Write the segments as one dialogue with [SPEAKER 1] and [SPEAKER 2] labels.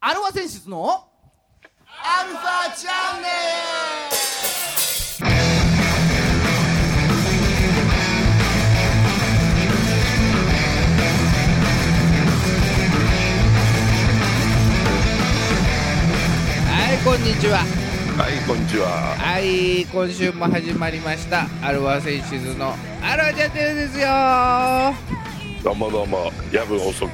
[SPEAKER 1] アルファ選出のアルファチャンネ
[SPEAKER 2] はいこんにちは
[SPEAKER 3] はい、こんにちは。
[SPEAKER 2] はい今週も始まりましたアルワ選手のアルワチャンネルですよま
[SPEAKER 3] どうもどうも、夜分遅く。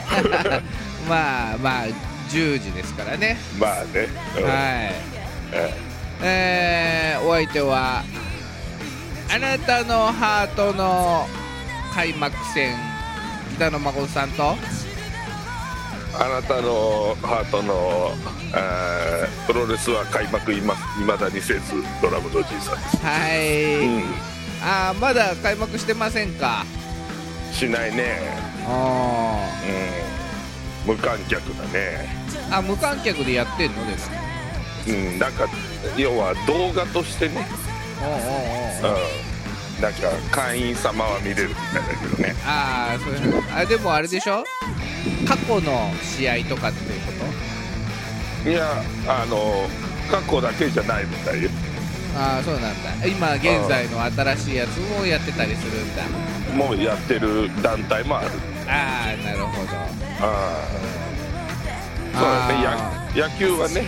[SPEAKER 2] あまあ10時ですからね
[SPEAKER 3] まあね。うん
[SPEAKER 2] はい
[SPEAKER 3] え
[SPEAKER 2] えー、お相手はあなたのハートの開幕戦北野誠さんと
[SPEAKER 3] あなたのハートの、えープロレスは開幕いま未だにせず、ドラムのじいさんです。
[SPEAKER 2] はい、
[SPEAKER 3] うん、
[SPEAKER 2] あーまだ開幕してませんか
[SPEAKER 3] しないね。
[SPEAKER 2] あ
[SPEAKER 3] うん、無観客だね。
[SPEAKER 2] ーあ無観客でやってんのですか
[SPEAKER 3] うん、なんか、要は動画としてね。
[SPEAKER 2] おうおうおう
[SPEAKER 3] うん、なんか会員様は見れるみたいだけどね。
[SPEAKER 2] ああそういうあでもあれでしょ過去の試合とかっていうこと
[SPEAKER 3] いや、あの、過去だけじゃないみたいよ。
[SPEAKER 2] ああそうなんだ今現在の新しいやつもやってたりするんだ
[SPEAKER 3] もうやってる団体もある。
[SPEAKER 2] ああなるほど
[SPEAKER 3] ああ。そう
[SPEAKER 2] あ
[SPEAKER 3] だね、や野球はね、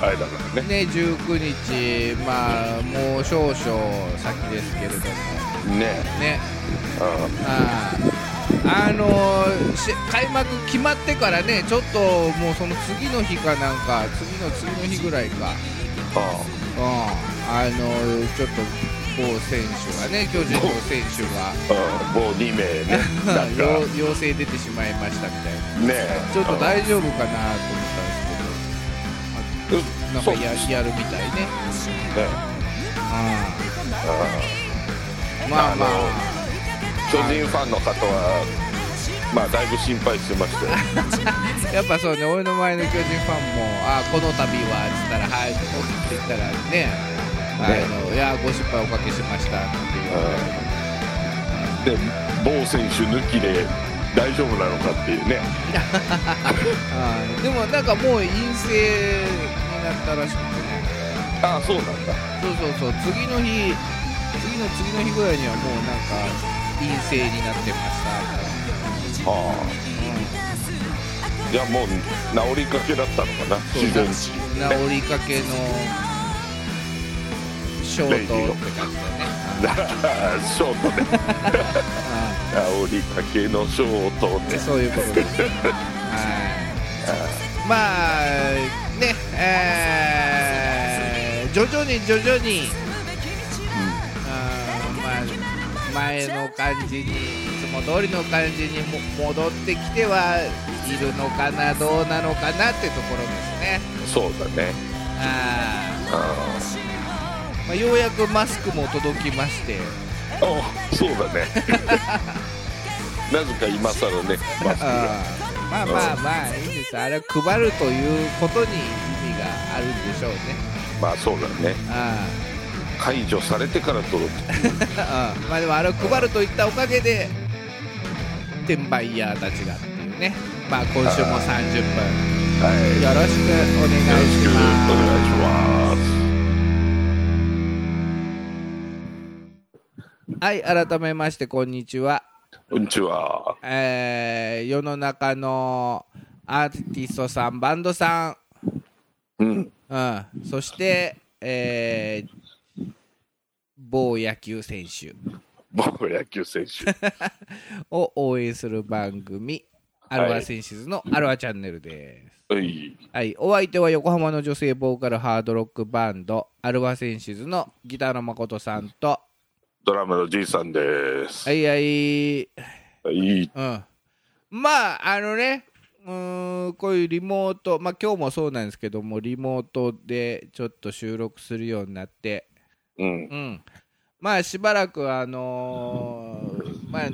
[SPEAKER 3] あれだから
[SPEAKER 2] ー
[SPEAKER 3] ね、
[SPEAKER 2] ね19日まあもう少々先ですけれども
[SPEAKER 3] ね、
[SPEAKER 2] ね
[SPEAKER 3] う
[SPEAKER 2] あーあのーし開幕決まってからねちょっともうその次の日かなんか次の次の日ぐらいか
[SPEAKER 3] ん、
[SPEAKER 2] うん、あのちょっと某選手がね、巨人の選手
[SPEAKER 3] うん、もう2名ね、 な
[SPEAKER 2] が
[SPEAKER 3] ん
[SPEAKER 2] 陽
[SPEAKER 3] か
[SPEAKER 2] 陽性出てしまいましたみたいな、
[SPEAKER 3] ね、
[SPEAKER 2] ちょっと
[SPEAKER 3] だい
[SPEAKER 2] 大丈夫かなと思ったんですけど、なんかややるみたいね、
[SPEAKER 3] ね、
[SPEAKER 2] うん、まあまあ、
[SPEAKER 3] 巨人ファンの方は、まあ、だいぶ心配して ましたよ、
[SPEAKER 2] やっぱそうね、俺の前の巨人ファンも、あこの度はっつったら、はい、ここって言ったらね、あのいや、ご心配おかけしましたっていう。
[SPEAKER 3] うん、で、某選手抜きで大丈夫なのかっていうね、
[SPEAKER 2] うんでもなんかもう陰性になったらしくてね。
[SPEAKER 3] ああ、そうなんだ、
[SPEAKER 2] そうそうそう次の日次の次の日ぐらいにはもうなんか陰性になってました
[SPEAKER 3] はあ、いや、もう治りかけだったのかな、自
[SPEAKER 2] か
[SPEAKER 3] 然
[SPEAKER 2] ら、
[SPEAKER 3] に、ね、
[SPEAKER 2] 治りかけのショートって感じだね
[SPEAKER 3] ショートね、
[SPEAKER 2] あ
[SPEAKER 3] 治りかけのショートね
[SPEAKER 2] あ。そういうことですはいまあねえー徐々に徐々に、あーまあ、前の感じにいつも通りの感じにも戻ってきてはいるのかなどうなのかなってところですね
[SPEAKER 3] そうだね。
[SPEAKER 2] あ
[SPEAKER 3] あ
[SPEAKER 2] ー、まあ、ようやくマスクも届きまして
[SPEAKER 3] あ、おそうだね。 なぜか今更ね、マスクが。
[SPEAKER 2] あーまあまあまあいいですあれは配るということに意味があるんでしょうね
[SPEAKER 3] まあそうだね。
[SPEAKER 2] あー
[SPEAKER 3] 解除されてから届く。
[SPEAKER 2] うんまあでもあれを配るといったおかげで転売ヤーたちがっていうねまあ今週も30分
[SPEAKER 3] はい。よ
[SPEAKER 2] よろしくお願
[SPEAKER 3] ろ
[SPEAKER 2] い
[SPEAKER 3] し
[SPEAKER 2] し
[SPEAKER 3] くお
[SPEAKER 2] ます
[SPEAKER 3] 願いします。
[SPEAKER 2] はい改めましてこんにちは、
[SPEAKER 3] こんにちは。
[SPEAKER 2] えー世の中のアーティストさんバンドさ
[SPEAKER 3] うん。
[SPEAKER 2] ん、うん、そして、えー某野球選手
[SPEAKER 3] 僕野球選手。
[SPEAKER 2] を応援する番組ア
[SPEAKER 3] い
[SPEAKER 2] ルワ選手のアルワチャンネルです
[SPEAKER 3] はい。
[SPEAKER 2] はい、お相手は横浜の女性ボーカルハードロックバンドアルバセンシズのギターの誠さんと
[SPEAKER 3] ドラムのじいさんです。
[SPEAKER 2] は。いはい
[SPEAKER 3] はい。
[SPEAKER 2] うんまああのねうーんこういうリモートまあ今日もそうなんですけどもリモートでちょっと収録するようになって
[SPEAKER 3] うん。
[SPEAKER 2] うんまあしばらくあのーまあ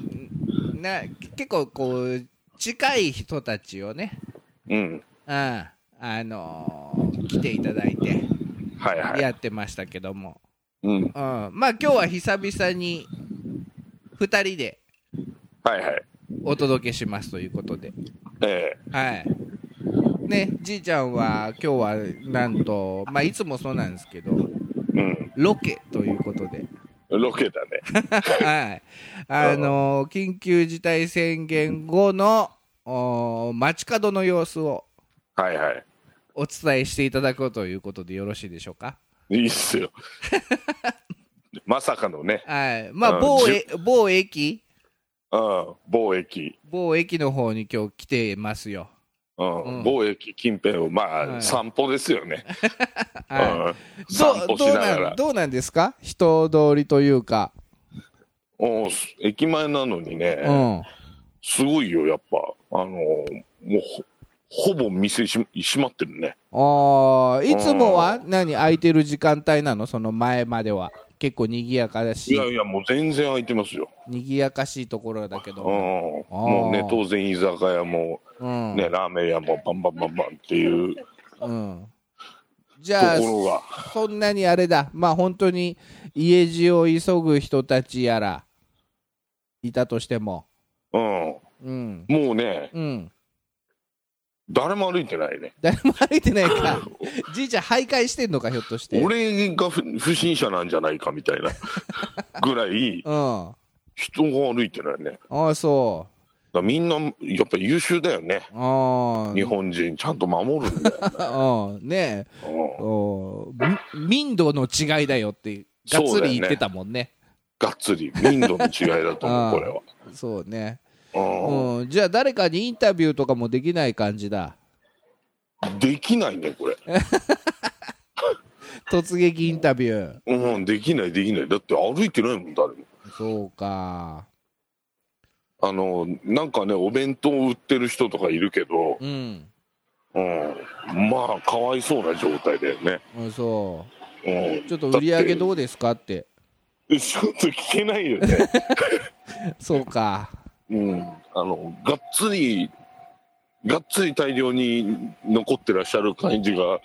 [SPEAKER 2] な結構こう近い人たちをね、
[SPEAKER 3] うん。
[SPEAKER 2] うん、あのー来ていただいて
[SPEAKER 3] はいはい。
[SPEAKER 2] やってましたけども、
[SPEAKER 3] うん。
[SPEAKER 2] うん、まあ今日は久々に2人で
[SPEAKER 3] はいはい。
[SPEAKER 2] お届けしますということで、
[SPEAKER 3] ええ
[SPEAKER 2] はい、ね、じいちゃんは今日はなんと、まあ、いつもそうなんですけど、
[SPEAKER 3] うん、
[SPEAKER 2] ロケということで、
[SPEAKER 3] ロケだね。
[SPEAKER 2] はい、あの緊急事態宣言後のお街角の様子を
[SPEAKER 3] はいはい。
[SPEAKER 2] お伝えしていただこうということでよろしいでしょうか。
[SPEAKER 3] いいっ すよ。まさかのね、
[SPEAKER 2] はい、まあ
[SPEAKER 3] うん
[SPEAKER 2] 某
[SPEAKER 3] じゅ
[SPEAKER 2] え某駅
[SPEAKER 3] うん、貿易、
[SPEAKER 2] 某駅の方に今日来てますよ。
[SPEAKER 3] うん
[SPEAKER 2] うん
[SPEAKER 3] 貿易近辺を、ま
[SPEAKER 2] は
[SPEAKER 3] あ、
[SPEAKER 2] い
[SPEAKER 3] 散歩ですよね。
[SPEAKER 2] は
[SPEAKER 3] うん
[SPEAKER 2] い、
[SPEAKER 3] 散
[SPEAKER 2] ど
[SPEAKER 3] 歩
[SPEAKER 2] う
[SPEAKER 3] し
[SPEAKER 2] どう
[SPEAKER 3] なが
[SPEAKER 2] なん
[SPEAKER 3] ら。
[SPEAKER 2] どうなんですか人通りというか。
[SPEAKER 3] おう駅前なのにね、
[SPEAKER 2] うん
[SPEAKER 3] すごいよ、やっぱ。あのもうほ、ほぼ店し閉まってるね。
[SPEAKER 2] あーいつもは
[SPEAKER 3] う
[SPEAKER 2] 何空いてる時間帯なのその前までは結構賑やかだ
[SPEAKER 3] い
[SPEAKER 2] し
[SPEAKER 3] やいや、もう全然開いてますよ。
[SPEAKER 2] 賑やかしいところだけ
[SPEAKER 3] うん、
[SPEAKER 2] ど、
[SPEAKER 3] もうね、当然居酒屋も、
[SPEAKER 2] うん
[SPEAKER 3] ね、ラーメン屋もバンバンバンバンっていうと
[SPEAKER 2] うん、じゃあ
[SPEAKER 3] ころが。
[SPEAKER 2] そんなにあれだまあ本当に家路を急ぐ人たちやらいたとしても
[SPEAKER 3] うん、
[SPEAKER 2] うん
[SPEAKER 3] もうね、
[SPEAKER 2] うん
[SPEAKER 3] 誰も歩いてないね。
[SPEAKER 2] 誰も歩いてない かじいちゃん徘徊してんのかひょっとして
[SPEAKER 3] 俺が不不審者なんじゃないかみた いなぐらい
[SPEAKER 2] うんあ
[SPEAKER 3] 人が歩いてないね。だか
[SPEAKER 2] あそ
[SPEAKER 3] らみんなやっぱ優秀だよね。
[SPEAKER 2] うああ
[SPEAKER 3] 日本人ちゃんと守るんだよ、ね
[SPEAKER 2] うんねえ
[SPEAKER 3] うん
[SPEAKER 2] おみ民度の違いだよってがっ
[SPEAKER 3] そう
[SPEAKER 2] つ
[SPEAKER 3] だよね
[SPEAKER 2] り言ってたもんね
[SPEAKER 3] がっつり民度の違いだと思うこれは。
[SPEAKER 2] そうね、
[SPEAKER 3] うん
[SPEAKER 2] うん、じゃあ誰かにインタビューとかもできない感じだ
[SPEAKER 3] できないねこれ、
[SPEAKER 2] 突撃インタビュー
[SPEAKER 3] うん、できないできないだって歩いてないもん誰も
[SPEAKER 2] そうか
[SPEAKER 3] あのなんかねお弁当売ってる人とかいるけど、
[SPEAKER 2] うん
[SPEAKER 3] うん、まあかわいそうな状態だよね、
[SPEAKER 2] うんそ
[SPEAKER 3] うん、
[SPEAKER 2] うちょっと売り上げどうですかって
[SPEAKER 3] だってちょっと聞けないよね、
[SPEAKER 2] そうか
[SPEAKER 3] うん、あのがっつりがっつり大量に残ってらっしゃる感じ が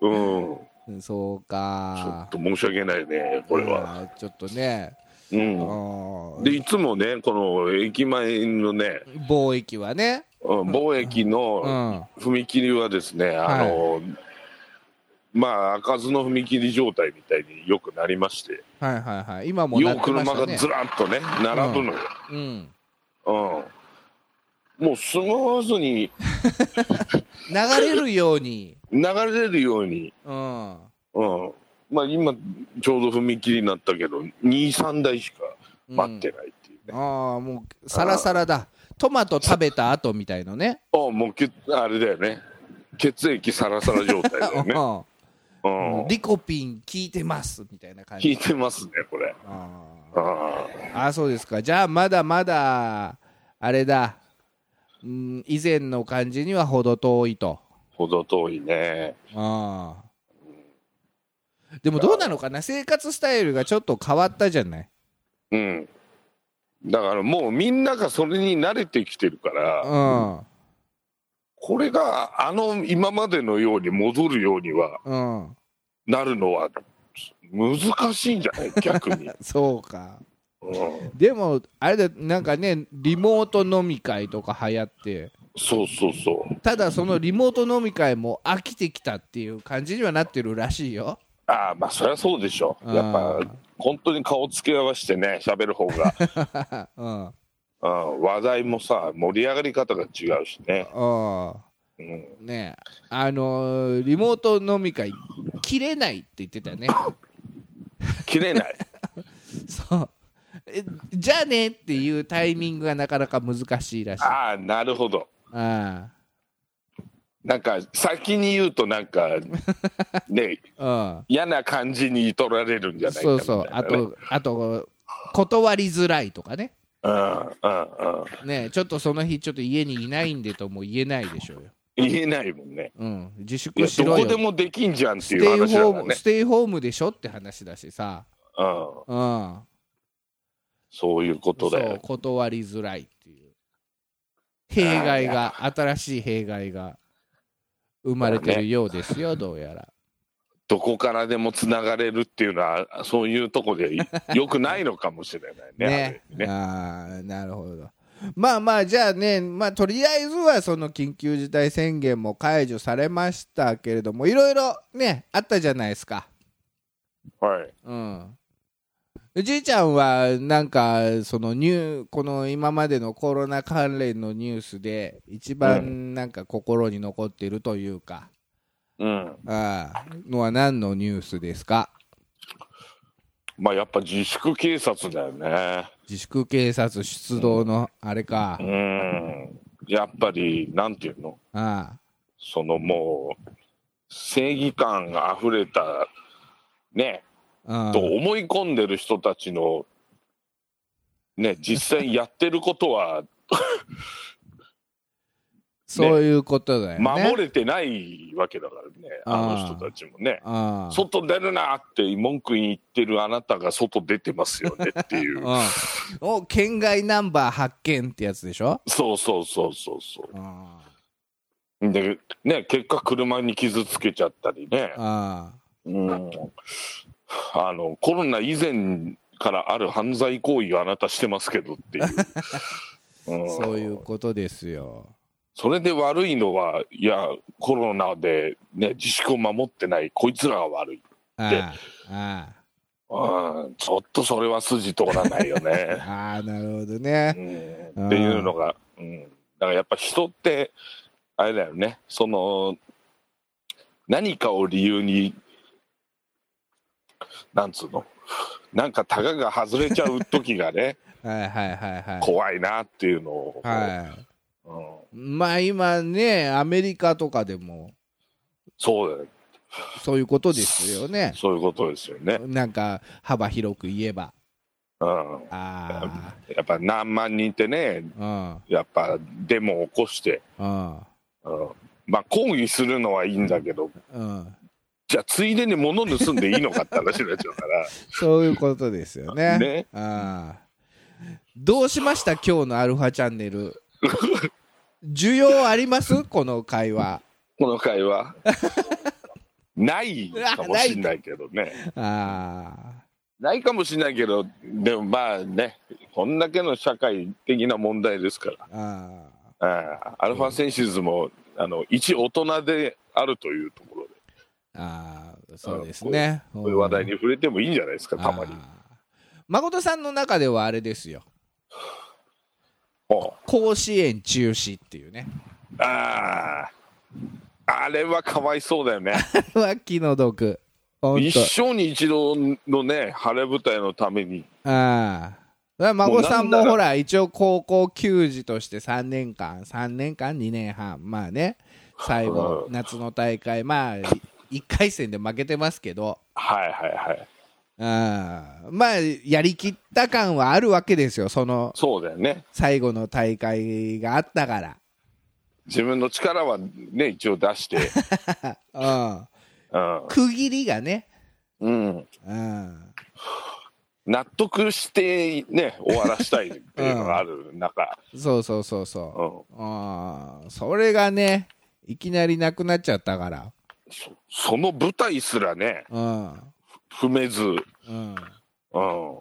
[SPEAKER 3] うん
[SPEAKER 2] うんそう
[SPEAKER 3] ちょ
[SPEAKER 2] か
[SPEAKER 3] っと申し訳ないねこれは、
[SPEAKER 2] あーちょっとね
[SPEAKER 3] う
[SPEAKER 2] あ
[SPEAKER 3] ん、
[SPEAKER 2] ー
[SPEAKER 3] でいつもねこの駅前のね
[SPEAKER 2] 貿易はね
[SPEAKER 3] うん貿易
[SPEAKER 2] う
[SPEAKER 3] の
[SPEAKER 2] ん
[SPEAKER 3] 踏切はですね、あの、まあ、開かずの踏切状態みたいによくなりまして、
[SPEAKER 2] はいはいはい今もな
[SPEAKER 3] よう
[SPEAKER 2] ってま
[SPEAKER 3] 車
[SPEAKER 2] した
[SPEAKER 3] が
[SPEAKER 2] ね
[SPEAKER 3] ずらっとね、並ぶのよ。
[SPEAKER 2] うん
[SPEAKER 3] うん。もうスムーズ
[SPEAKER 2] 流
[SPEAKER 3] に
[SPEAKER 2] れるように
[SPEAKER 3] 流れるように、
[SPEAKER 2] うん
[SPEAKER 3] うん。まあ、今、ちょうど踏切になったけど、2、3台しか待ってないっていうね。
[SPEAKER 2] ああもうサラサラだトマト食べた後みたいのね
[SPEAKER 3] ああ、もうけ、あれだよね。血液サラサラ状態だよね。う
[SPEAKER 2] うん
[SPEAKER 3] ん。
[SPEAKER 2] リコピン効いてますみたいな感
[SPEAKER 3] 聞
[SPEAKER 2] じ
[SPEAKER 3] いてますね、これ。
[SPEAKER 2] あー
[SPEAKER 3] ああ。
[SPEAKER 2] あーそうですかじゃあまだまだあれだうん以前の感じには程遠いと
[SPEAKER 3] ほど遠いね。
[SPEAKER 2] あーでもどうなのかな生活スタイルがちょっと変わったじゃない
[SPEAKER 3] うん。だからもうみんながそれに慣れてきてるか
[SPEAKER 2] う
[SPEAKER 3] ら、
[SPEAKER 2] ん
[SPEAKER 3] これがあの今までのように戻るようには
[SPEAKER 2] うん
[SPEAKER 3] なるのは難しいんじゃない逆に。
[SPEAKER 2] そうか
[SPEAKER 3] うん、
[SPEAKER 2] でもあれだなんかねリモート飲み会とか流行って
[SPEAKER 3] そうそうそう。
[SPEAKER 2] ただそのリモート飲み会も飽きてきたっていう感じにはなってるらしいよ。
[SPEAKER 3] ああ、まあそりゃそうでしょ。やっ
[SPEAKER 2] あ
[SPEAKER 3] ぱ
[SPEAKER 2] ー
[SPEAKER 3] 本当に顔つけ合わせてね、喋る方 が、
[SPEAKER 2] うん、うん
[SPEAKER 3] うん、話題もさ、盛り上がり方が違うしね。うん、
[SPEAKER 2] ねえあのーリモート飲み会切れないって言ってたよ ね。
[SPEAKER 3] 切れない。
[SPEAKER 2] そうえじゃあねっていうタイミングがなかなか難しいらしい。
[SPEAKER 3] ああ、なるほど。
[SPEAKER 2] あ
[SPEAKER 3] なんか先に言うとな んか、ね、
[SPEAKER 2] あ
[SPEAKER 3] 嫌な感じに取られるんじ
[SPEAKER 2] う
[SPEAKER 3] ゃ
[SPEAKER 2] ん、
[SPEAKER 3] ないか
[SPEAKER 2] そう
[SPEAKER 3] みた
[SPEAKER 2] そうあ
[SPEAKER 3] いなね
[SPEAKER 2] とあと断りづらいとかね
[SPEAKER 3] うんうんうん
[SPEAKER 2] ねえちょっとその日ちょっと家にいないんでとも言えないでしょうよ。
[SPEAKER 3] 言えないもんね
[SPEAKER 2] うん、自
[SPEAKER 3] い
[SPEAKER 2] 粛
[SPEAKER 3] や
[SPEAKER 2] し
[SPEAKER 3] ど
[SPEAKER 2] ろ
[SPEAKER 3] こ
[SPEAKER 2] よ
[SPEAKER 3] でもできんじゃんって
[SPEAKER 2] ス
[SPEAKER 3] いう
[SPEAKER 2] テイホ
[SPEAKER 3] 話だか
[SPEAKER 2] ー
[SPEAKER 3] ら
[SPEAKER 2] ム、
[SPEAKER 3] ね
[SPEAKER 2] ステイホームでしょって話だしさ、
[SPEAKER 3] うん
[SPEAKER 2] うん、
[SPEAKER 3] そういうことだ
[SPEAKER 2] そう
[SPEAKER 3] よ
[SPEAKER 2] 断りづらいっていう弊害が新しい弊害が生まれてるようですよ、どうやら
[SPEAKER 3] どこからでもつながれるっていうのは そういうとこでよくないのかもしれないね
[SPEAKER 2] ああーなるほどまあまあじゃあね、まあ、とりあえずはその緊急事態宣言も解除されましたけれどもいろいろねあったじゃないですか。
[SPEAKER 3] はい
[SPEAKER 2] うん、じいちゃんはなんかそのニューこの今までのコロナ関連のニュースで一番なんか心に残ってるというか、
[SPEAKER 3] うん
[SPEAKER 2] ああのは何のニュースですか
[SPEAKER 3] まあやっぱ自粛警察だよね
[SPEAKER 2] 自粛警察出動のあれか、
[SPEAKER 3] うんやっぱりなんていうの
[SPEAKER 2] ああ
[SPEAKER 3] そのもう正義感が溢れたね
[SPEAKER 2] うん
[SPEAKER 3] と思い込んでる人たちのね実際やってること は
[SPEAKER 2] そういうことだよね。
[SPEAKER 3] 守れてないわけだからねあの人たちもね
[SPEAKER 2] ああ
[SPEAKER 3] 外出るなって文句言ってるあなたが外出てますよねって い
[SPEAKER 2] う
[SPEAKER 3] う
[SPEAKER 2] ん、お県外ナンバー発見ってやつでしょ、
[SPEAKER 3] そうそうそうそうそ
[SPEAKER 2] あ
[SPEAKER 3] うでね結果車に傷つけちゃったりね
[SPEAKER 2] あ
[SPEAKER 3] うんあのコロナ以前からある犯罪行為をあなたしてますけどっ ていう、うん
[SPEAKER 2] そういうことですよ。
[SPEAKER 3] それで悪いのはいやコロナで、ね、自粛を守ってないこいつらが悪い、
[SPEAKER 2] あああ
[SPEAKER 3] うん、ちょっとそれは筋通らないよ
[SPEAKER 2] あ
[SPEAKER 3] ね、
[SPEAKER 2] ああなるほど
[SPEAKER 3] う
[SPEAKER 2] ね。
[SPEAKER 3] ん、っていうのが、うん、だからやっぱ人ってあれだよねその何かを理由になんつうのなんかタガが外れちゃう時がね
[SPEAKER 2] はいはいはいはい。
[SPEAKER 3] 怖いなっていうのを、
[SPEAKER 2] はい、
[SPEAKER 3] うん、
[SPEAKER 2] まあ今ねアメリカとかでも
[SPEAKER 3] そうだよ
[SPEAKER 2] そういうことですよね。
[SPEAKER 3] そういうことですよね、
[SPEAKER 2] なんか幅広く言えば。
[SPEAKER 3] うん、
[SPEAKER 2] あ
[SPEAKER 3] やっぱ何万人ってね
[SPEAKER 2] あ
[SPEAKER 3] やっぱデモを起こして、
[SPEAKER 2] うん
[SPEAKER 3] うん、まあ抗議するのはいいんだけど
[SPEAKER 2] うんうん。
[SPEAKER 3] じゃあついでに物盗んでいいのかって話になっちゃうから。
[SPEAKER 2] そういうことですよね。
[SPEAKER 3] ね
[SPEAKER 2] ああどうしました今日のアルファチャンネル。需要ありますこの会話。
[SPEAKER 3] この会 話ないかもしんないけどね
[SPEAKER 2] あ
[SPEAKER 3] ないかもしんないけどでもまあねこんだけの社会的な問題ですか
[SPEAKER 2] あああ
[SPEAKER 3] らああアルファセンシズも、あの一大人であるというところで
[SPEAKER 2] ああそうですね。
[SPEAKER 3] こういう話題に触れてもいいんじゃないですか
[SPEAKER 2] うん
[SPEAKER 3] たまに
[SPEAKER 2] ああ誠さんの中ではあれですよ。
[SPEAKER 3] おう
[SPEAKER 2] 甲子園中止っていう ね。
[SPEAKER 3] あああれはかわいそう だよね
[SPEAKER 2] は気の毒。本
[SPEAKER 3] 一生に一度のね晴れ舞台のために
[SPEAKER 2] 当。ああだから孫さんも
[SPEAKER 3] もうなんなら
[SPEAKER 2] ほら一応高校球児として3年間3年間2年半まあね最後
[SPEAKER 3] うん
[SPEAKER 2] 夏の大会まあ1回戦で負けてますけど
[SPEAKER 3] はいはいはい
[SPEAKER 2] ああまあやりきった感はあるわけですよその
[SPEAKER 3] そうだよね
[SPEAKER 2] 最後の大会があったから
[SPEAKER 3] 自分の力はね一応出 して、
[SPEAKER 2] うん
[SPEAKER 3] うん、
[SPEAKER 2] 区切りがね、
[SPEAKER 3] うん、
[SPEAKER 2] うん、
[SPEAKER 3] 納得してね終わらしたいっていうのがある中、
[SPEAKER 2] そうそうそう
[SPEAKER 3] う
[SPEAKER 2] そ
[SPEAKER 3] ん
[SPEAKER 2] う、うん、それがねいきなりなくなっちゃったから
[SPEAKER 3] そその舞台すらね
[SPEAKER 2] うん
[SPEAKER 3] 踏めず、うん、
[SPEAKER 2] うん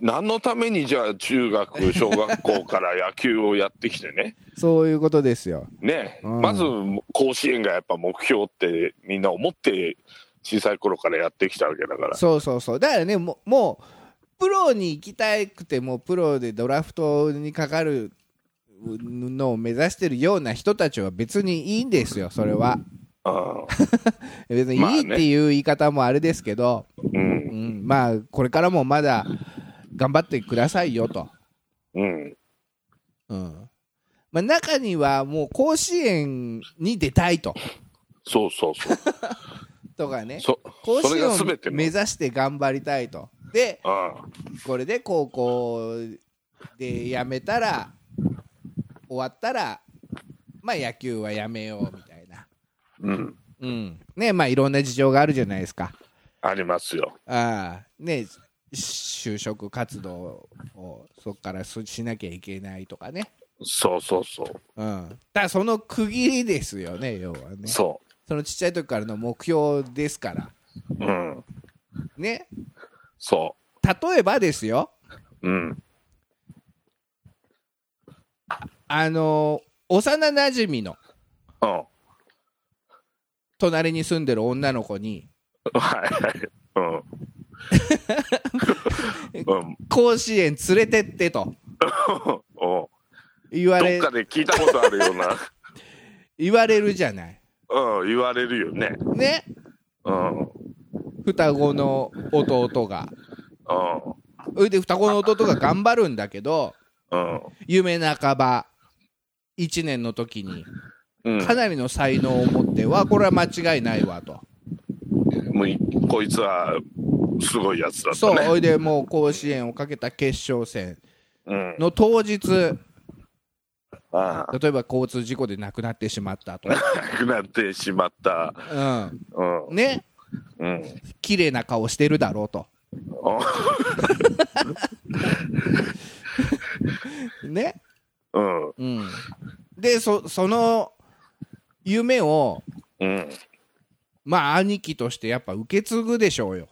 [SPEAKER 3] 何のためにじゃあ中学小学校から野球をやってきてね
[SPEAKER 2] そういうことですよ
[SPEAKER 3] ね、
[SPEAKER 2] うん
[SPEAKER 3] まず甲子園がやっぱ目標ってみんな思って小さい頃からやってきたわけだから
[SPEAKER 2] そうそうそうだからねもうもうプロに行きたくてもプロでドラフトにかかるのを目指してるような人たちは別にいいんですよそれは
[SPEAKER 3] う
[SPEAKER 2] 別に
[SPEAKER 3] まあ
[SPEAKER 2] い
[SPEAKER 3] ね
[SPEAKER 2] いっていう言い方もあれですけど、
[SPEAKER 3] ん
[SPEAKER 2] うん、まあこれからもまだ頑張ってくださいよと、
[SPEAKER 3] うん
[SPEAKER 2] うんまあ、中にはもう甲子園に出たいと
[SPEAKER 3] そうそうそう
[SPEAKER 2] とかね
[SPEAKER 3] そ
[SPEAKER 2] 甲
[SPEAKER 3] そ
[SPEAKER 2] 子
[SPEAKER 3] れ
[SPEAKER 2] 園
[SPEAKER 3] が
[SPEAKER 2] を
[SPEAKER 3] 全ての
[SPEAKER 2] 目指して頑張りたいとで
[SPEAKER 3] う
[SPEAKER 2] これで高校でやめたら終わったらまあ野球はやめようみたいな、
[SPEAKER 3] ん、うん、
[SPEAKER 2] うんねまあいろんな事情があるじゃないですか
[SPEAKER 3] ありますよ
[SPEAKER 2] ああね就職活動をそこからすしなきゃいけないとかね、
[SPEAKER 3] そうそうそう
[SPEAKER 2] うん、ただその区切りですよね要はねそ
[SPEAKER 3] そ
[SPEAKER 2] のちっちゃい時からの目標ですから
[SPEAKER 3] う。うん。
[SPEAKER 2] ね
[SPEAKER 3] そ
[SPEAKER 2] 例えばですよ
[SPEAKER 3] う。うん。
[SPEAKER 2] あの幼なじみの
[SPEAKER 3] うん。 は
[SPEAKER 2] 隣に住んでる女の子に
[SPEAKER 3] いはい。 うん。うん、
[SPEAKER 2] 甲子園連れてってと
[SPEAKER 3] お
[SPEAKER 2] 言わ
[SPEAKER 3] どっ
[SPEAKER 2] れ
[SPEAKER 3] かで聞いたことあるような、
[SPEAKER 2] 言われるじゃない
[SPEAKER 3] うん、言われるよね。
[SPEAKER 2] ね
[SPEAKER 3] うん、うん、
[SPEAKER 2] 双子の弟がそれで双子の弟が頑張るんだけど
[SPEAKER 3] うん、
[SPEAKER 2] 夢半ば1年の時に
[SPEAKER 3] うん。
[SPEAKER 2] かなりの才能を持ってはこれは間違いないわと
[SPEAKER 3] もういこいつはすごいやつだった
[SPEAKER 2] そう
[SPEAKER 3] ね。
[SPEAKER 2] それでもう甲子園をかけた決勝戦
[SPEAKER 3] うん、
[SPEAKER 2] の当日
[SPEAKER 3] ああ、
[SPEAKER 2] 例えば交通事故で亡くなってしまった と、
[SPEAKER 3] なくなってしまった。
[SPEAKER 2] う
[SPEAKER 3] うん、
[SPEAKER 2] ん、ね
[SPEAKER 3] うん。
[SPEAKER 2] 綺麗な顔してるだろうと
[SPEAKER 3] お
[SPEAKER 2] ね、
[SPEAKER 3] うん、
[SPEAKER 2] うん、でそその夢を
[SPEAKER 3] うん。
[SPEAKER 2] まあ兄貴としてやっぱ受け継ぐでしょうよ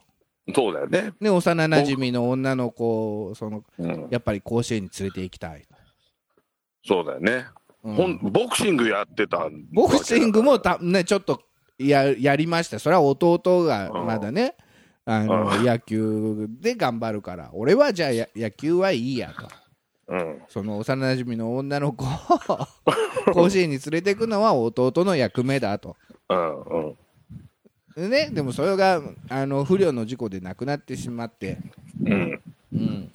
[SPEAKER 3] そうだよね。
[SPEAKER 2] ね幼なじみの女の子をその
[SPEAKER 3] うん、
[SPEAKER 2] やっぱり甲子園に連れて行きたい、
[SPEAKER 3] そうだよね。
[SPEAKER 2] うん
[SPEAKER 3] ほんボクシングやってたん
[SPEAKER 2] ボクシングもた、ね、ちょっとややりましたそれは弟がまだねあの
[SPEAKER 3] う
[SPEAKER 2] 野球で頑張るから俺はじゃあや野球はいいやと
[SPEAKER 3] うん、
[SPEAKER 2] その幼なじみの女の子を 甲子園に連れていくのは弟の役目だと。
[SPEAKER 3] うん、うん、
[SPEAKER 2] でね、でもそれがあの不慮の事故で亡くなってしまって、
[SPEAKER 3] うん、
[SPEAKER 2] うん、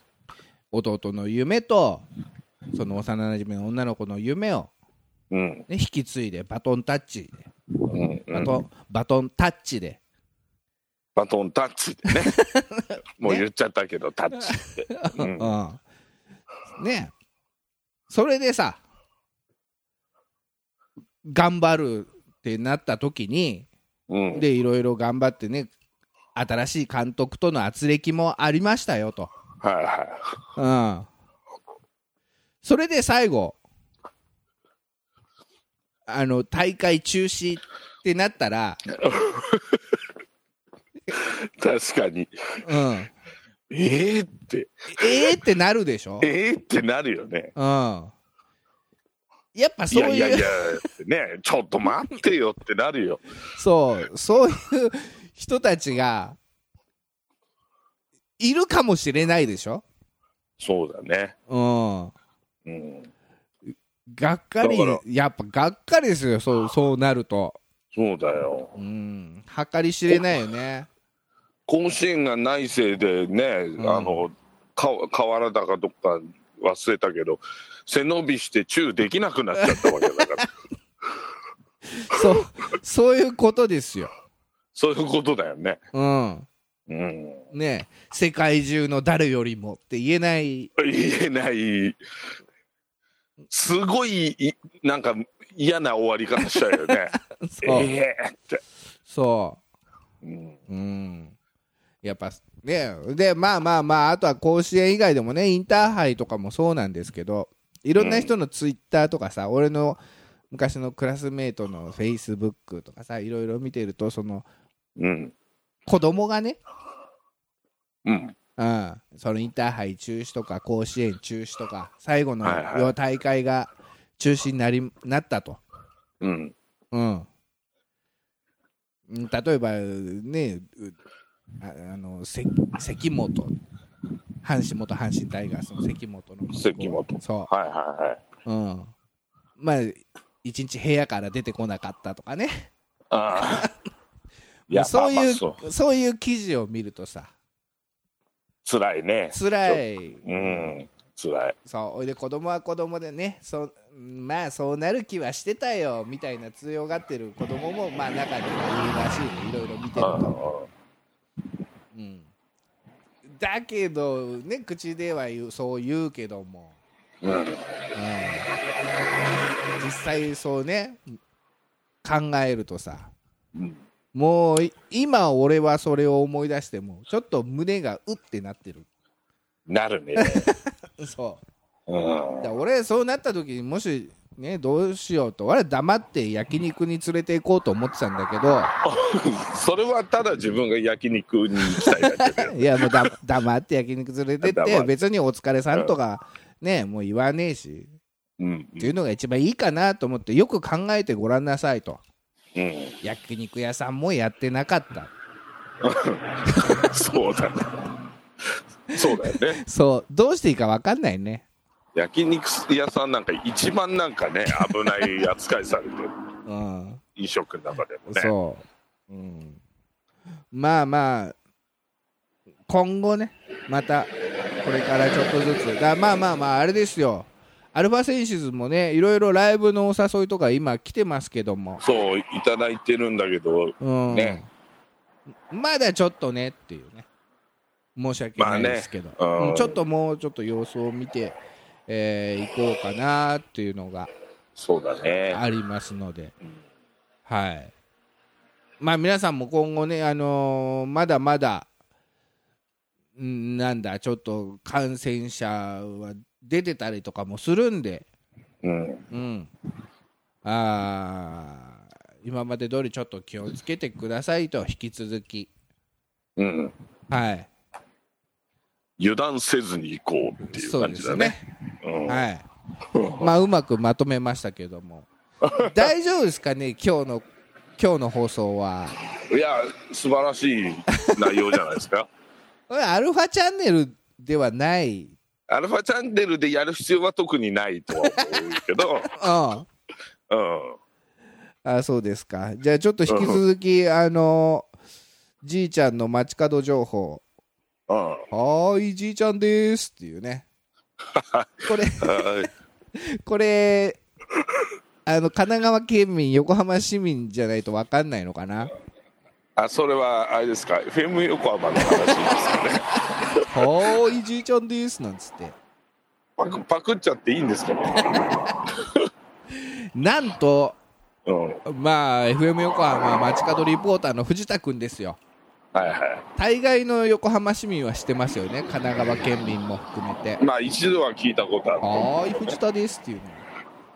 [SPEAKER 2] 弟の夢とその幼なじみの女の子の夢を、
[SPEAKER 3] うん、
[SPEAKER 2] ね、引き継いでバトンタッチ
[SPEAKER 3] うん
[SPEAKER 2] でバトン、バトンタッチで、
[SPEAKER 3] バトンタッチ でね。もう言っちゃったけど、タッチって。う
[SPEAKER 2] うん
[SPEAKER 3] ん、
[SPEAKER 2] ねそれでさ頑張るってなった時に
[SPEAKER 3] うん、
[SPEAKER 2] でいろいろ頑張ってね新しい監督との圧力もありましたよと、
[SPEAKER 3] はいは
[SPEAKER 2] うん、それで最後あの大会中止ってなったら、
[SPEAKER 3] い。確かに。
[SPEAKER 2] うん、え
[SPEAKER 3] ええって、
[SPEAKER 2] えってなるでしょ、うん、
[SPEAKER 3] ええってなるよね。
[SPEAKER 2] やっぱ
[SPEAKER 3] い
[SPEAKER 2] そう
[SPEAKER 3] や
[SPEAKER 2] いう
[SPEAKER 3] いやいや、ね、ちょっと待ってよってなるよ。
[SPEAKER 2] そうそういう人たちがいるかもしれないでしょ、
[SPEAKER 3] そうだね。
[SPEAKER 2] うん、
[SPEAKER 3] うん。
[SPEAKER 2] がっかり
[SPEAKER 3] だから
[SPEAKER 2] やっぱがっかりですよそうそうなると。
[SPEAKER 3] そうだよ。
[SPEAKER 2] うん、計り知れないよね。
[SPEAKER 3] 甲子園がないせいでね、
[SPEAKER 2] ん
[SPEAKER 3] あの、か河原だかどっか忘れたけど、背伸びしてチューできなくなっちゃったわけだ から。
[SPEAKER 2] そう、そういうことですよ。
[SPEAKER 3] そういうことだよね。
[SPEAKER 2] うん。
[SPEAKER 3] うん。
[SPEAKER 2] ねえ世界中の誰よりもって言えない。
[SPEAKER 3] 言えない。すごいい、なんか嫌な終わり方しちゃうよね。
[SPEAKER 2] そう。
[SPEAKER 3] ええって。
[SPEAKER 2] そ
[SPEAKER 3] うん。
[SPEAKER 2] う。うん。やっぱ、ねえで、まあまあまあ、あとは甲子園以外でもね、インターハイとかもそうなんですけど、いろんな人のツイッターとかさ、俺の昔のクラスメートのフェイスブックとかさ、いろいろ見てると、その、
[SPEAKER 3] うん。
[SPEAKER 2] 子供がね、
[SPEAKER 3] うん。
[SPEAKER 2] うん、そのインターハイ中止とか甲子園中止とか最後の
[SPEAKER 3] はいはい
[SPEAKER 2] 要大会が中止になりなったと、
[SPEAKER 3] うん。
[SPEAKER 2] うん、うん例えばねうああのせ関本阪神元阪神タイガースの関本の
[SPEAKER 3] 関本
[SPEAKER 2] そ
[SPEAKER 3] はいはいはい。
[SPEAKER 2] う、うん、まあ一日部屋から出てこなかったとかね
[SPEAKER 3] ああ。 い
[SPEAKER 2] まあそう
[SPEAKER 3] ま
[SPEAKER 2] い
[SPEAKER 3] あま
[SPEAKER 2] う
[SPEAKER 3] あそ
[SPEAKER 2] そういう記事を見るとさ
[SPEAKER 3] 辛いね。
[SPEAKER 2] 辛い
[SPEAKER 3] うん。辛い。
[SPEAKER 2] そうおいで子供は子供でねそううんまあそうなる気はしてたよみたいな強がってる子供もまあ中にはいるらしいねいろいろ見て
[SPEAKER 3] う
[SPEAKER 2] る
[SPEAKER 3] んうん
[SPEAKER 2] と、うん、だけどね口では言うそう言うけども、
[SPEAKER 3] うん
[SPEAKER 2] うん実際そうね考えるとさ
[SPEAKER 3] うん。
[SPEAKER 2] もうい今俺はそれを思い出してもちょっと胸がうってなってる
[SPEAKER 3] なるね。
[SPEAKER 2] そう
[SPEAKER 3] うん。
[SPEAKER 2] だ俺そうなった時にもしねどうしようと俺は黙って焼肉に連れて行こうと思ってたんだけ ど
[SPEAKER 3] それはただ自分が焼肉に行きたいだけだよ
[SPEAKER 2] いやもうだ黙って焼肉連れてっ
[SPEAKER 3] 黙
[SPEAKER 2] て
[SPEAKER 3] って
[SPEAKER 2] 別にお疲れさんとかねもう言わねえし
[SPEAKER 3] うん
[SPEAKER 2] っていうのが一番いいかなと思ってよく考えてごらんなさいと
[SPEAKER 3] うん、
[SPEAKER 2] 焼肉屋さんもやってなかった
[SPEAKER 3] そ うだねそうだよね
[SPEAKER 2] そうどうしていいか分かんないね
[SPEAKER 3] 焼肉屋さんなんか一番なんかね危ない扱いされてる
[SPEAKER 2] うん
[SPEAKER 3] 飲食の中でもね
[SPEAKER 2] そう、うん、まあまあ今後ねまたこれからちょっとずつだまあまあまああれですよアルファセンシズもねいろいろライブのお誘いとか今来てますけども、
[SPEAKER 3] そういただいてるんだけど
[SPEAKER 2] うん
[SPEAKER 3] ね
[SPEAKER 2] まだちょっとねっていうね申し訳ないですけど、
[SPEAKER 3] まあねうん
[SPEAKER 2] うんちょっともうちょっと様子を見て、えー行こうかなっていうのが
[SPEAKER 3] そうだね
[SPEAKER 2] ありますので、はい。まあ皆さんも今後ね、あのーまだまだ、うんなんだ、ちょっと感染者は出てたりとかもするんで、
[SPEAKER 3] うん
[SPEAKER 2] うん。あー今まで通りちょっと気をつけてくださいと、引き続き。
[SPEAKER 3] うん
[SPEAKER 2] はい。
[SPEAKER 3] 油断せずに行こうっていう
[SPEAKER 2] そう
[SPEAKER 3] 感
[SPEAKER 2] で
[SPEAKER 3] じ
[SPEAKER 2] す
[SPEAKER 3] だ
[SPEAKER 2] ね
[SPEAKER 3] ね。うん
[SPEAKER 2] はい。まあうまくまとめましたけど も。大丈夫ですかね、今日の、今日の放送は。
[SPEAKER 3] いや素晴らしい内容じゃないです か
[SPEAKER 2] これアルファチャンネルではない。うん。
[SPEAKER 3] アルファチャンネルでやる必要は特にないとは思うけ ど、
[SPEAKER 2] あ
[SPEAKER 3] うん、
[SPEAKER 2] そうですか。じゃあちょっと引き続き、あの、じいちゃんの街角情報。
[SPEAKER 3] うん、
[SPEAKER 2] はーい、じいちゃんですっていうね。これ、
[SPEAKER 3] はい
[SPEAKER 2] これ、あの、神奈川県民、横浜市民じゃないと分かんないのかな。
[SPEAKER 3] あそれはあれですか FM 横浜の話ですかね
[SPEAKER 2] はーい、じいちゃんですなんつって。
[SPEAKER 3] パクパクっちゃっていいんですかね、
[SPEAKER 2] なんと、
[SPEAKER 3] うん、はい
[SPEAKER 2] まあ、FM 横浜街角リポーターの藤田君ですよ。
[SPEAKER 3] は
[SPEAKER 2] 大概の横浜市民はしてますよね神奈川県民も含めて
[SPEAKER 3] いまあ一度は聞いたことあ
[SPEAKER 2] 「
[SPEAKER 3] る
[SPEAKER 2] はーい藤田です」っていうの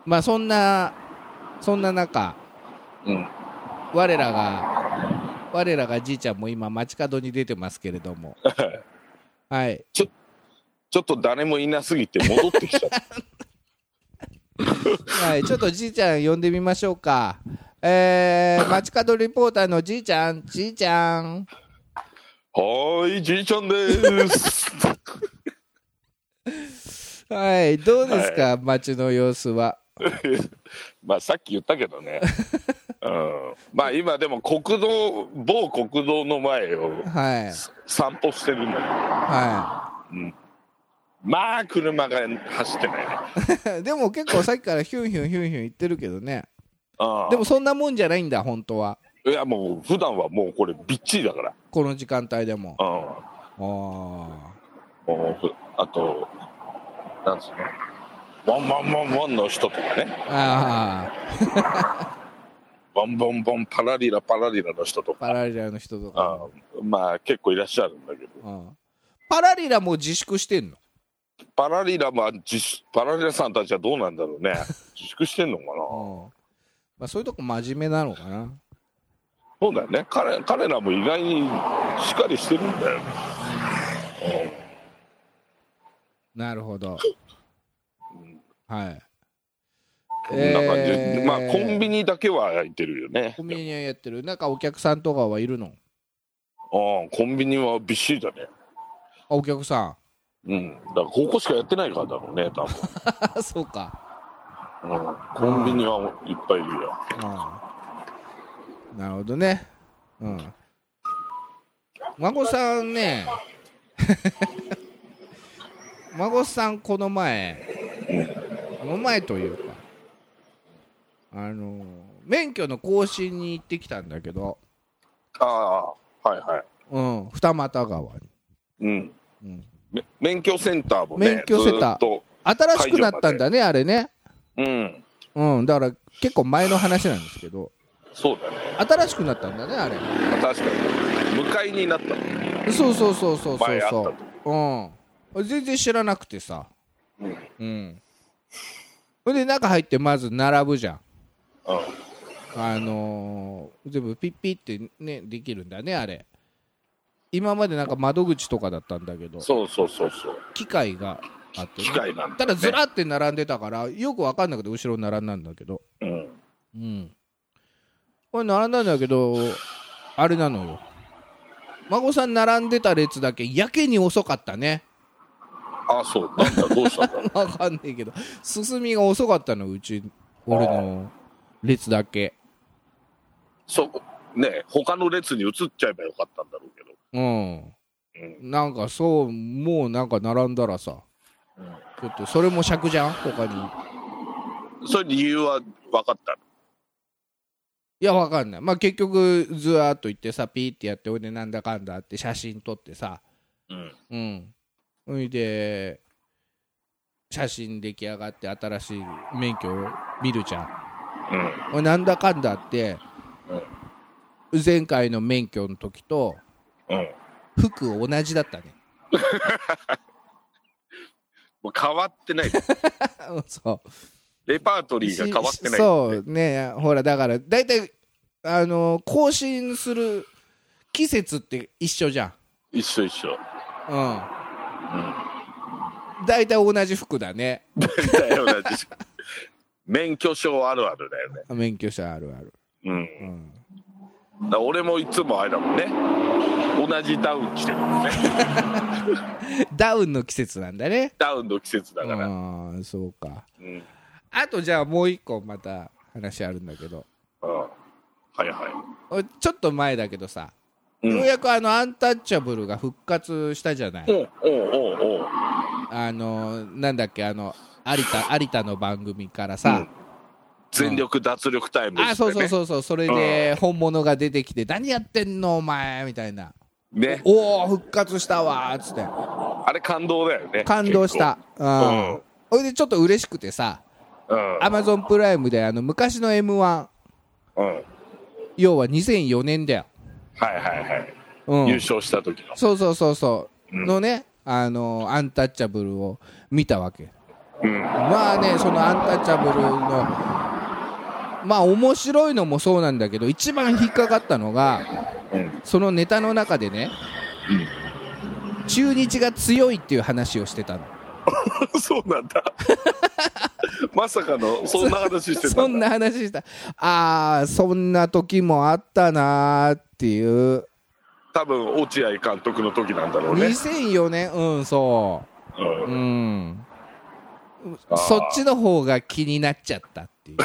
[SPEAKER 2] まあそんなそんな中
[SPEAKER 3] うん
[SPEAKER 2] 我らが我らがじいちゃんも今街角に出てますけれどもはい
[SPEAKER 3] ちょっと誰もいなすぎて戻ってきちゃっ た
[SPEAKER 2] はいちょっとじいちゃん呼んでみましょうかえー、街角リポーターのじいちゃんじいちゃん
[SPEAKER 3] はーいじいちゃんです
[SPEAKER 2] はいどうですか、街の様子は
[SPEAKER 3] まあさっき言ったけどね、うん、まあ今でも国道某国道の前を
[SPEAKER 2] はい
[SPEAKER 3] 散歩してるんだけど
[SPEAKER 2] は
[SPEAKER 3] まあ車が走ってないね
[SPEAKER 2] い でも結構さっきからヒュンヒュンヒュンヒュン言ってるけどね
[SPEAKER 3] ああ
[SPEAKER 2] でもそんなもんじゃないんだ、本当は。
[SPEAKER 3] いやもう普段はもうこれびっちりだから
[SPEAKER 2] この時間帯でも。
[SPEAKER 3] う
[SPEAKER 2] あ
[SPEAKER 3] んもうふあとなんつうのワンワンワンワンの人とかね
[SPEAKER 2] ーあー、
[SPEAKER 3] ワンボンボンパラリラパラリラの人とか
[SPEAKER 2] パラリラの人と
[SPEAKER 3] あ
[SPEAKER 2] か。
[SPEAKER 3] あまあ結構いらっしゃるんだけど
[SPEAKER 2] うんパラリラも自粛してんの
[SPEAKER 3] パラリラまあ自粛パラリラさんたちはどうなんだろうね自粛してんのかな
[SPEAKER 2] うんまあ、そういうとこ真面目なのかな。
[SPEAKER 3] そうだよね彼彼らも意外にしっかりしてるんだよね
[SPEAKER 2] なるほど。はい。
[SPEAKER 3] こんな感じ、
[SPEAKER 2] えー
[SPEAKER 3] まあコンビニだけは空いてるよね
[SPEAKER 2] コンビニはやってる。なんかお客さんとかはいるの
[SPEAKER 3] ああコンビニはびっしりだね
[SPEAKER 2] あ、お客さん。
[SPEAKER 3] うんだからここしかやってないからだろうね多分、
[SPEAKER 2] あそうか。
[SPEAKER 3] うん、コンビニはいっぱいいるよ
[SPEAKER 2] うんなるほどね。うん。孫さんね、 孫さん、この前、この前というか、あの、免許の更新に行ってきたんだけど、
[SPEAKER 3] ああはいはい
[SPEAKER 2] うん、二俣川に。
[SPEAKER 3] うん、
[SPEAKER 2] うん
[SPEAKER 3] め免許センターもね
[SPEAKER 2] 免許センター
[SPEAKER 3] ずっと
[SPEAKER 2] 新しくなったんだね、あれね。
[SPEAKER 3] うん
[SPEAKER 2] うん、だから結構前の話なんですけど、
[SPEAKER 3] そうだね
[SPEAKER 2] 新しくなったんだね、あれ。
[SPEAKER 3] まあ確かに向かいになったね
[SPEAKER 2] そうそうそうそうそう
[SPEAKER 3] 前あった
[SPEAKER 2] そううん全然知らなくてさ
[SPEAKER 3] うん
[SPEAKER 2] うんほんで中入ってまず並ぶじゃん
[SPEAKER 3] うん
[SPEAKER 2] あのー全部ピッピってねできるんだねあれ今までなんか窓口とかだったんだけど
[SPEAKER 3] そうそうそうそう
[SPEAKER 2] 機械があって
[SPEAKER 3] 機械なんだ、ね、
[SPEAKER 2] ただずらって並んでたからよく分かんなくて後ろに並んだんだけど
[SPEAKER 3] うん
[SPEAKER 2] うんこれ並んだんだけどあれなのよ孫さん並んでた列だけやけに遅かったね
[SPEAKER 3] あそうなんだどうしたんだ ろう
[SPEAKER 2] 分かんないけど進みが遅かったのうち俺の列だけ
[SPEAKER 3] そこね他の列に移っちゃえばよかったんだろうけど
[SPEAKER 2] うん
[SPEAKER 3] うん
[SPEAKER 2] なんかそうもうなんか並んだらさちょっとそれも尺じゃん他に
[SPEAKER 3] それ理由は分かった
[SPEAKER 2] いやわかんないまあ結局ずわーっと行ってさピーってやっておいでなんだかんだって写真撮ってさ
[SPEAKER 3] うん
[SPEAKER 2] うんほいで写真出来上がって新しい免許を見るじゃん
[SPEAKER 3] うん
[SPEAKER 2] 俺なんだかんだって、前回の免許の時と
[SPEAKER 3] うん
[SPEAKER 2] 服同じだったね
[SPEAKER 3] もう変わってない
[SPEAKER 2] そう
[SPEAKER 3] レパートリーが変わってない
[SPEAKER 2] そうねほらだから大体あの更新する季節って一緒じゃん
[SPEAKER 3] 一緒一緒
[SPEAKER 2] うん
[SPEAKER 3] うん
[SPEAKER 2] 大体同じ服だね
[SPEAKER 3] だよな免許証あるあるだよね
[SPEAKER 2] 免許証あるある、
[SPEAKER 3] う
[SPEAKER 2] う
[SPEAKER 3] ん
[SPEAKER 2] ん、
[SPEAKER 3] だから俺もいつもあれだもんね同じダウン着てるもんね
[SPEAKER 2] ダウンの季節なんだね
[SPEAKER 3] ダウンの季節だ
[SPEAKER 2] あ
[SPEAKER 3] から、
[SPEAKER 2] ーそうか
[SPEAKER 3] うんうん
[SPEAKER 2] あとじゃあもう一個また話あるんだけど
[SPEAKER 3] はいは
[SPEAKER 2] 俺ちょっと前だけどさ、
[SPEAKER 3] い、うん、
[SPEAKER 2] ようやくあのアンタッチャブルが復活したじゃない、
[SPEAKER 3] おうおうおうおう
[SPEAKER 2] あのなんだっけあの有田有田の番組からさ、
[SPEAKER 3] うん全力脱力タイム、ね
[SPEAKER 2] あそうそうそうそうそれで本物が出てきて「何やってんのお前」みたいな「
[SPEAKER 3] ね
[SPEAKER 2] おお復活したわ」っつって
[SPEAKER 3] あれ感動だよね
[SPEAKER 2] 感動した
[SPEAKER 3] 構
[SPEAKER 2] うんほいでちょっと嬉しくてさ
[SPEAKER 3] 結構うん
[SPEAKER 2] アマゾンプライムであの昔の m 1
[SPEAKER 3] うんはい
[SPEAKER 2] 要は2004年だよ、
[SPEAKER 3] はいはい、
[SPEAKER 2] うん、
[SPEAKER 3] 優勝した時の
[SPEAKER 2] そうそうそうそう
[SPEAKER 3] うん
[SPEAKER 2] のねあのアンタッチャブルを見たわけ
[SPEAKER 3] うん
[SPEAKER 2] まあねそのアンタッチャブルのまあ面白いのもそうなんだけど一番引っかかったのが
[SPEAKER 3] うん
[SPEAKER 2] そのネタの中でね中日が強いっていう話をしてたの
[SPEAKER 3] うんそうな んだまさかのそんな話してたんだ
[SPEAKER 2] そんな話したああそんな時もあったなーっていう
[SPEAKER 3] 多分落合監督の時なんだろうね、、
[SPEAKER 2] 2004年うんそうううんん
[SPEAKER 3] あー
[SPEAKER 2] そっちの方が気になっちゃったっていう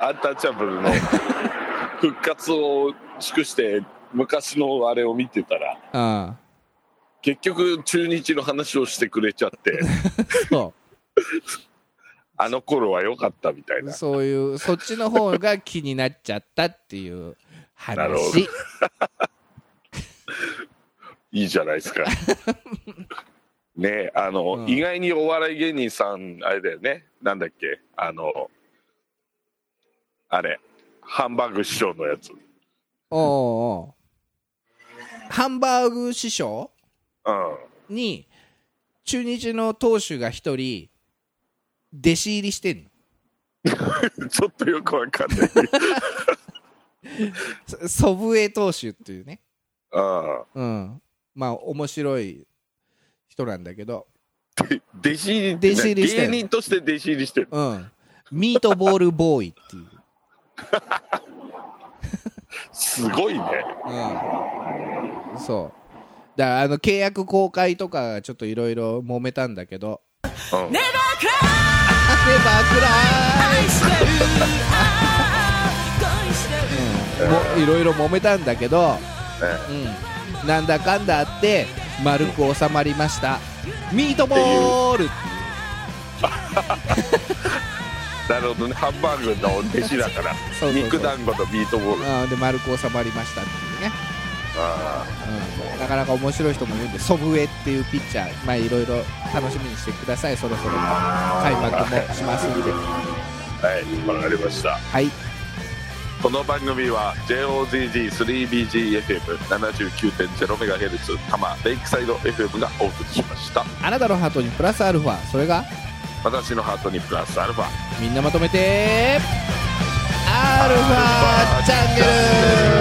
[SPEAKER 3] アンタッチャブルの復活を祝して昔のあれを見てたら
[SPEAKER 2] うん
[SPEAKER 3] 結局中日の話をしてくれちゃって
[SPEAKER 2] そ
[SPEAKER 3] あの頃は良かったみたいうな
[SPEAKER 2] そういうそっちの方が気になっちゃったっていう
[SPEAKER 3] なるほ
[SPEAKER 2] 話
[SPEAKER 3] いいじゃない ですかねえあの、
[SPEAKER 2] うん
[SPEAKER 3] 意外にお笑い芸人さんあれだよねなんだっけあのあれハンバーグ師匠のやつ
[SPEAKER 2] おうおうハンバーグ師匠
[SPEAKER 3] うん
[SPEAKER 2] に中日の投手が一人弟子入りしてんの
[SPEAKER 3] ちょっとよくわかんない。
[SPEAKER 2] そ祖父江投手っていうね、
[SPEAKER 3] あ
[SPEAKER 2] うん、まあ面白い人なんだけど、
[SPEAKER 3] あ、で弟子入り
[SPEAKER 2] 弟子入りしてる
[SPEAKER 3] 芸人として弟子入りしてる。
[SPEAKER 2] うん、ミートボールボーイっていう、
[SPEAKER 3] すごいね。
[SPEAKER 2] うん、そうだからあの契約公開とかちょっといろいろ揉めたんだけど
[SPEAKER 3] うん
[SPEAKER 4] ネバークラ
[SPEAKER 2] 「汗ばくら
[SPEAKER 4] イしてるあー恋してる
[SPEAKER 2] い!」もいろいろ揉めたんだけど、
[SPEAKER 3] え
[SPEAKER 2] うん、なんだかんだあって丸く収まりましたミートボール
[SPEAKER 3] なるほどね。ハンバーグの弟子だから
[SPEAKER 2] そうそうそう。
[SPEAKER 3] 肉団子とビートボール。
[SPEAKER 2] うん、で丸く収まりましたっていうね
[SPEAKER 3] あ
[SPEAKER 2] うんなかなか面白い人もいるんで、祖父江っていうピッチャー、まあ、いろいろ楽しみにしてください、そろそろ開幕もしますんで、は
[SPEAKER 3] あ、はい、わかりました。
[SPEAKER 2] い、
[SPEAKER 3] この番組は JOZZ3BGFM79.0MHz 多摩レイクサイド FM がお送りしました。
[SPEAKER 2] あなたのハートにプラスアルファ、それが
[SPEAKER 3] 私のハートにプラスアルファ。
[SPEAKER 2] みんなまとめて、アルファチャンネル